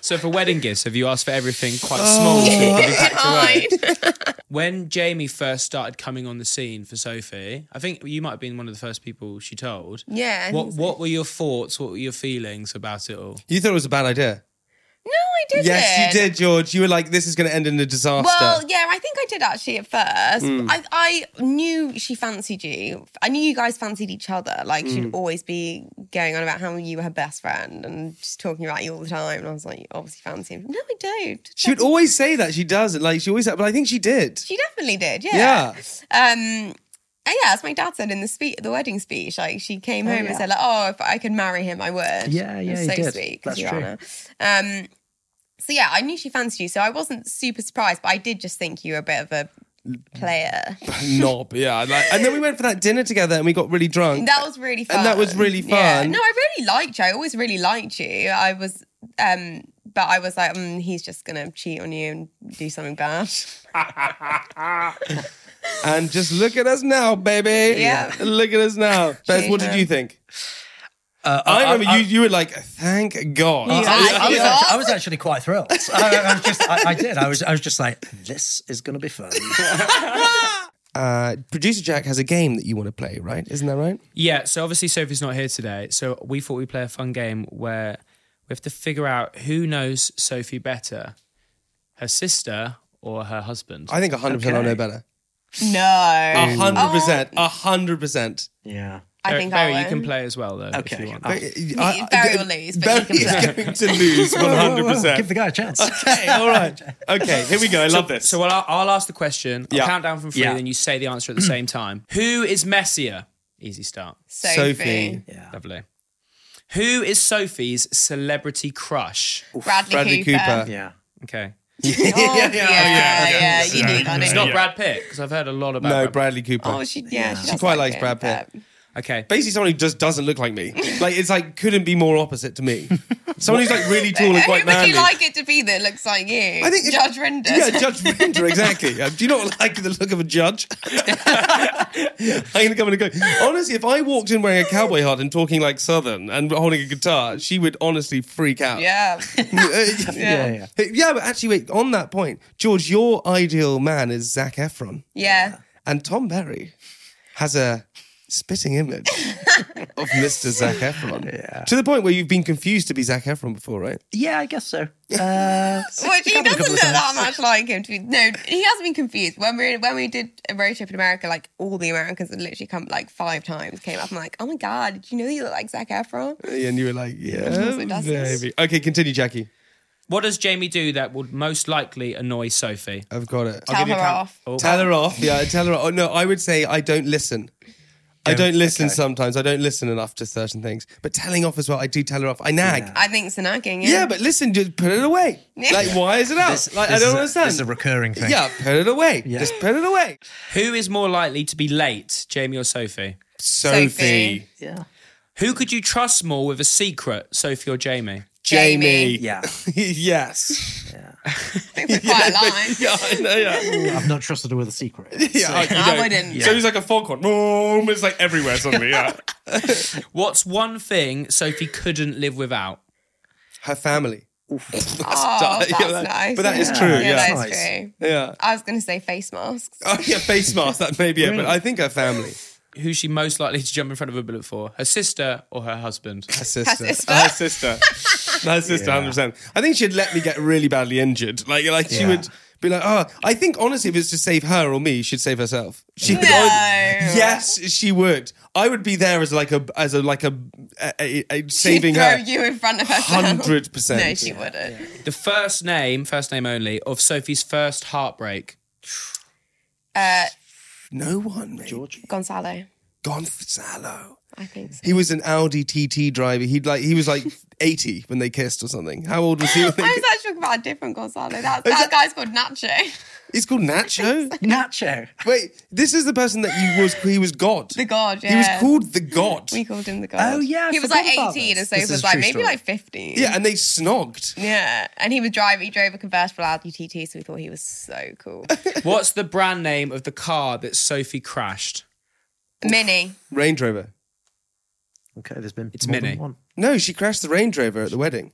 S5: So for wedding gifts, have you asked for everything quite
S1: Oh.
S5: small? so
S3: Oh,
S5: it can be packed away?
S2: fine.
S5: When Jamie first started coming on the scene for Sophie, I think you might have been one of the first people she told.
S2: Yeah, I
S5: What
S2: think so.
S5: What were your thoughts? What were your feelings about it all?
S1: You thought it was a bad idea.
S2: No, I didn't.
S1: Yes, you did, George. You were like, this is going to end in a disaster.
S2: Well, yeah, I think I did actually at first.
S3: Hmm.
S2: I, I knew she fancied you. I knew you guys fancied each other. Like she'd
S3: Hmm.
S2: always be going on about how you were her best friend and just talking about you all the time. And I was like, you obviously fancy him. No, I don't.
S1: she would always say that. She does. Like, she always, but I think she did.
S2: She definitely did.
S1: yeah.
S2: Yeah. Um. And yeah, as my dad said in the speech, the wedding speech, like she came home and said, like, "Oh, if I could marry him, I would."
S3: Yeah, yeah,
S2: It's
S3: he
S2: so
S3: did.
S2: sweet. 'cause
S3: That's
S2: you're
S3: true.
S2: on her. Um. So yeah, I knew she fancied you, so I wasn't super surprised, but I did just think you were a bit of a
S3: Mm.
S2: player.
S1: knob. Yeah. I Like, and then we went for that dinner together and we got really drunk.
S2: That was really fun.
S1: And that was really
S2: Yeah.
S1: fun.
S2: No, I really liked you. I always really liked you. I was, um, but I was like, mm, he's just gonna cheat on you and do something bad.
S1: and just look at us now, baby.
S2: Yeah.
S1: Look at us now. Bess, what did you think?
S3: Uh,
S1: I remember you you were like, thank God.
S3: I, I was, I was
S2: Yeah.
S3: actually, I was actually quite thrilled. I, I was just, I, I did. I was, I was just like, this is going to be fun.
S1: Uh, Producer Jack has a game that you want to play, right? Isn't that right?
S5: Yeah, so obviously Sophie's not here today. So we thought we'd play a fun game where we have to figure out who knows Sophie better, her sister or her husband.
S1: I think 100% I'll know better.
S2: No,
S5: Uh-huh.
S1: 100%.
S2: Oh.
S1: 100%.
S3: yeah.
S2: I
S5: Barry-
S2: think
S5: Barry,
S2: I
S5: you can play as well though. If you
S3: Okay.
S5: want.
S3: Oh,
S1: I- I-
S2: Barry will lose, but
S1: Barry
S2: you can play.
S1: is going to lose
S3: Oh,
S1: 100%.
S3: Give the guy a chance.
S1: Okay, all right. Okay, here we go. I love this.
S5: So well, I'll, I'll ask the question. I'll
S1: Yeah.
S5: count down from three,
S3: Yeah.
S5: then you say the answer at the same time. Who is messier? Easy start.
S2: Sophie.
S1: Sophie.
S3: Yeah.
S5: Lovely. Who is Sophie's celebrity crush?
S2: Bradley,
S1: Bradley
S2: Cooper.
S1: Cooper.
S3: Yeah.
S5: Okay.
S2: Oh, yeah, yeah, yeah, You knew that.
S5: It's
S2: didn't
S5: not
S2: you?
S5: Brad Pitt, because I've heard a lot about
S1: No,
S5: Brad
S1: Bradley Cooper.
S2: Oh, she, yeah, she, does
S1: quite
S2: like
S1: likes
S2: him,
S1: Brad Pitt.
S2: but-
S5: Okay.
S1: basically someone who just doesn't look like me. Like it's like couldn't be more opposite to me. Someone who's like really tall and
S2: Who
S1: quite
S2: would
S1: manly.
S2: you like it to be that looks like you?
S1: I think if-
S2: Judge Renders.
S1: yeah, Judge Rinder, exactly. Uh, do you not like the look of a judge? I'm gonna come and go. Honestly, if I walked in wearing a cowboy hat and talking like Southern and holding a guitar, she would honestly freak out.
S2: yeah.
S1: yeah, yeah. Yeah, but actually, wait. On that point, George, your ideal man is Zach Efron,
S2: Yeah.
S1: and Tom Berry has a spitting image of Mr. Zach Efron. Yeah. To the point where you've been confused to be Zach Efron before, right?
S3: Yeah, I guess so. Uh,
S2: Which he
S3: couple
S2: doesn't
S3: of
S2: look that
S3: listeners.
S2: much like him to be. No, he has been confused. When we when we did a road trip in America, like all the Americans had literally come like five times, came up. I'm like, oh my god, did you know you look like Zac Efron?
S1: And you were like, yeah,
S2: Yes, it does.
S1: maybe. Okay, continue, Jackie.
S5: What does Jamie do that would most likely annoy Sophie?
S1: I've got it.
S2: Tell her off.
S5: Oh,
S1: Tell her off. Yeah, tell her off. Oh, no, I would say I don't listen. I don't listen sometimes. I don't listen enough to certain things. But telling off as well, I do tell her off. I nag. Yeah,
S2: I think it's an nagging. Yeah.
S1: but listen, just put it away. Like, why is it out? like, I
S3: this
S1: don't
S3: is a-
S1: understand.
S3: This is a recurring thing.
S1: yeah, put it away. Just put it away.
S5: Who is more likely to be late, Jamie or Sophie?
S1: Sophie.
S2: Sophie.
S5: Who could you trust more with a secret, Sophie or Jamie?
S1: Jamie.
S3: Yeah.
S1: yes.
S2: We're quite aligned.
S1: Yeah, I know, yeah.
S3: I've not trusted her with a secret.
S1: yeah I, you
S2: I
S1: know.
S2: wouldn't.
S1: So he's like a foghorn. Boom, It's like everywhere suddenly, yeah.
S5: What's one thing Sophie couldn't live without?
S1: Her family.
S2: Oh,
S1: Yeah,
S2: that's
S1: that-
S2: nice.
S1: but that is
S2: yeah.
S1: true,
S2: Yeah,
S1: yeah.
S2: that is
S3: Nice.
S2: true.
S1: Yeah.
S2: I was going to say face masks.
S1: Oh, yeah, face mask. That may be it, but I think her family.
S5: Who's she most likely to jump in front of a bullet for? Her sister or her husband?
S1: Her sister.
S2: sister.
S1: Her sister. Her sister, 100%. I think she'd let me get really badly injured. Like, like she would be like, oh, I think honestly, if it's to save her or me, she'd save herself. She would.
S2: No.
S1: yes, she would. I would be there as like a, as a, like a, a, a- a saving
S2: She'd
S1: her.
S2: throw you in front of her.
S1: 100%.
S2: No, she wouldn't.
S5: The first name, first name only, of Sophie's first heartbreak.
S2: Uh,
S1: No one, mate. George.
S2: Gonzalo,
S1: Gonzalo.
S2: I think so.
S1: He was an Audi TT driver. He'd like, he was like 80 when they kissed or something. How old was he? when they
S2: I was
S1: kissed?
S2: actually talking about a different Gonzalo. That, that guy's called Nacho.
S1: It's called Nacho.
S3: Nacho.
S1: Wait, this is the person that you was. He was God.
S2: The God, yeah.
S1: He was called the God.
S2: We called him the God.
S3: Oh, yeah, I
S2: He was
S3: forgot
S2: like
S3: about
S2: 18
S3: this.
S2: and so
S3: This
S2: he
S3: is
S2: was
S3: a
S2: like
S3: true
S2: maybe
S3: story.
S2: like 15.
S1: Yeah, and they snogged.
S2: Yeah. And he was driving, he drove a convertible Audi TT, so we thought he was so cool.
S5: What's the brand name of the car that Sophie crashed?
S2: Mini.
S1: Range Rover.
S3: Okay, there's been
S5: It's
S3: more than
S5: Minnie.
S3: one.
S1: No, she crashed the Range Rover at the wedding.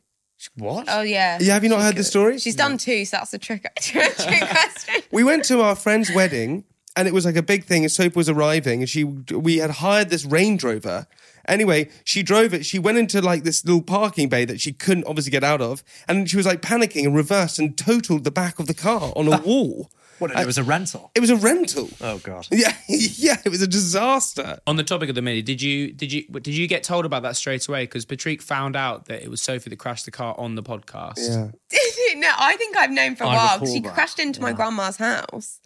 S5: What?
S2: Oh, yeah.
S1: Yeah, have you not heard the story?
S2: She's done two, so that's a trick, trick question.
S1: We went to our friend's wedding, and it was like a big thing. And Soap was arriving, and she we had hired this Range Rover. Anyway, she drove it. She went into like this little parking bay that she couldn't obviously get out of, and she was like panicking and reversed and totaled the back of the car on a wall.
S3: What? it was a rental.
S1: It was a rental.
S3: Oh god.
S1: Yeah, yeah, it was a disaster.
S5: On the topic of the mini, did you did you did you get told about that straight away? Because Patrick found out that it was Sophie that crashed the car on the podcast. Yeah.
S2: no, I think I've known for a
S3: I
S2: while
S3: recall
S2: because she
S3: that.
S2: crashed into my grandma's house.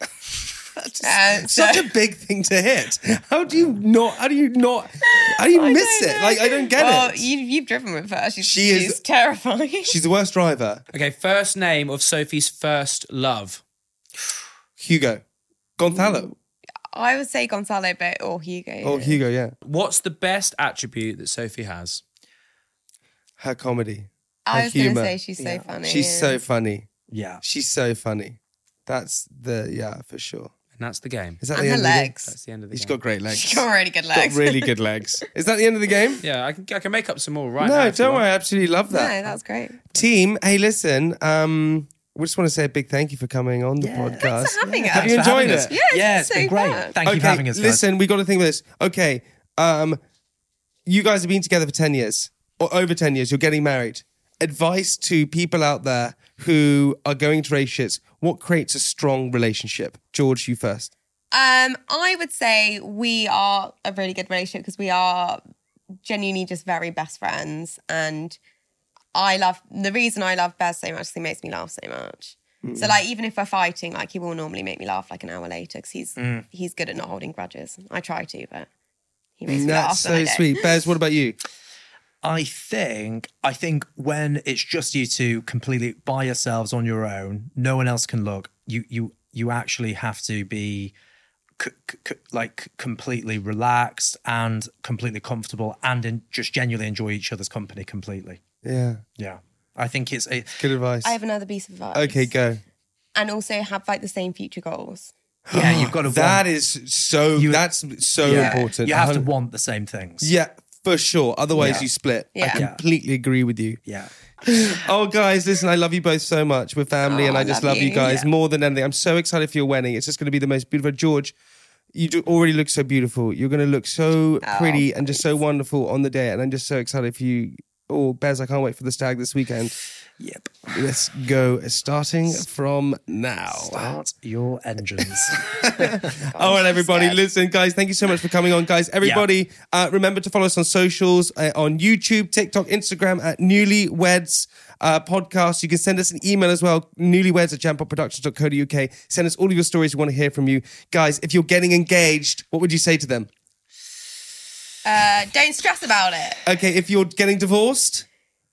S2: And so-
S1: such a big thing to hit. How do you not? How do you not? How do you miss it? Like I don't get
S2: well,
S1: it.
S2: you, you've driven with her. She's,
S1: She is-
S2: she's terrifying.
S1: She's the worst driver.
S5: Okay, first name of Sophie's first love.
S1: Hugo. Gonzalo.
S2: I would say Gonzalo, but or Hugo.
S1: Oh, Hugo, yeah.
S5: What's the best attribute that Sophie has?
S1: Her comedy.
S2: I
S1: her
S2: was going to
S1: humor.
S2: say she's so funny.
S1: She's
S2: yeah.
S1: so funny.
S3: Yeah.
S1: She's so funny. That's the yeah for sure.
S5: And that's the game.
S1: Is that
S2: And
S1: the
S2: her
S1: end of the game?
S2: legs.
S5: That's the end of the
S1: She's
S5: game.
S1: got great legs.
S2: She's got really good
S1: She's got
S2: legs.
S1: really good legs. Is that the end of the game?
S5: yeah, I can, I can make up some more right now.
S1: no,
S5: if you
S1: don't
S5: want.
S1: worry. I absolutely love
S2: No,
S1: that.
S2: that's great.
S1: Team, hey, listen. Um, we just want to say a big thank you for coming on the podcast.
S2: Thanks for having us.
S1: Have you enjoyed it?
S2: Yeah, it's
S3: yeah,
S2: been
S3: it's
S2: so
S3: been great.
S2: fun.
S3: Thank you for having us. guys.
S1: Listen, we got to think of this. Okay, um, you guys have been together for ten years or over ten years. You're getting married. Advice to people out there who are going to race shits: What creates a strong relationship? George, you first.
S2: Um, I would say we are a really good relationship because we are genuinely just very best friends. And I love the reason I love Bez so much is he makes me laugh so much.
S1: Mm.
S2: So like even if we're fighting, like he will normally make me laugh like an hour later because he's he's good at not holding grudges. I try to, but he makes me laugh.
S1: That's
S2: and I
S1: so
S2: don't.
S1: sweet. Bez, what about you?
S3: I think I think when it's just you two completely by yourselves on your own, no one else can look. You you you actually have to be c- c- c- like completely relaxed and completely comfortable and in, just genuinely enjoy each other's company completely.
S1: Yeah,
S3: Yeah. I think it's a
S1: good advice.
S2: I have another piece of advice.
S1: okay, go.
S2: And also have like the same future goals.
S3: yeah, you've got to
S1: That
S3: want,
S1: is so.
S3: You-
S1: that's so
S3: yeah.
S1: important.
S3: You have to
S1: Hun-
S3: want the same things.
S1: Yeah, for sure. Otherwise,
S3: Yeah.
S1: you split. I
S2: Yeah.
S1: completely agree with you.
S3: Yeah.
S1: Oh, guys, listen, I love you both so much. We're family,
S2: Oh,
S1: and I
S2: I
S1: just love,
S2: love
S1: you,
S2: you.
S1: guys more than anything. I'm so excited for your wedding. It's just going to be the most beautiful. George, you do already look so beautiful. You're going to look so pretty and just so wonderful on the day. And I'm just so excited for you. Oh, Bez, I can't wait for the stag this weekend.
S3: Yep.
S1: Let's go, starting from now.
S3: Start your engines.
S1: All right, everybody. Listen, guys, thank you so much for coming on, guys. Everybody, uh, remember to follow us on socials uh, on YouTube, TikTok, Instagram at Newlyweds uh, Podcast. You can send us an email as well, newlyweds at jampopproductions.co.uk. Send us all of your stories. We want to hear from you. Guys, if you're getting engaged, what would you say to them?
S2: Uh, don't stress about it.
S1: Okay, if you're getting divorced,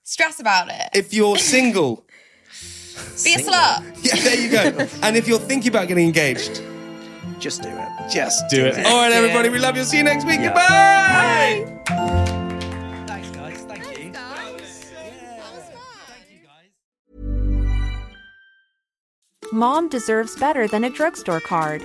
S2: Stress about it.
S1: if you're single,
S2: Be a slut.
S1: yeah, there you go. and if you're thinking about getting engaged,
S3: just do it.
S1: just do it. All right,
S2: Do it.
S1: everybody. We love you. See you next week.
S3: Yeah.
S1: Goodbye.
S3: Thanks guys. Thank you.
S6: Mom deserves better than a drugstore card.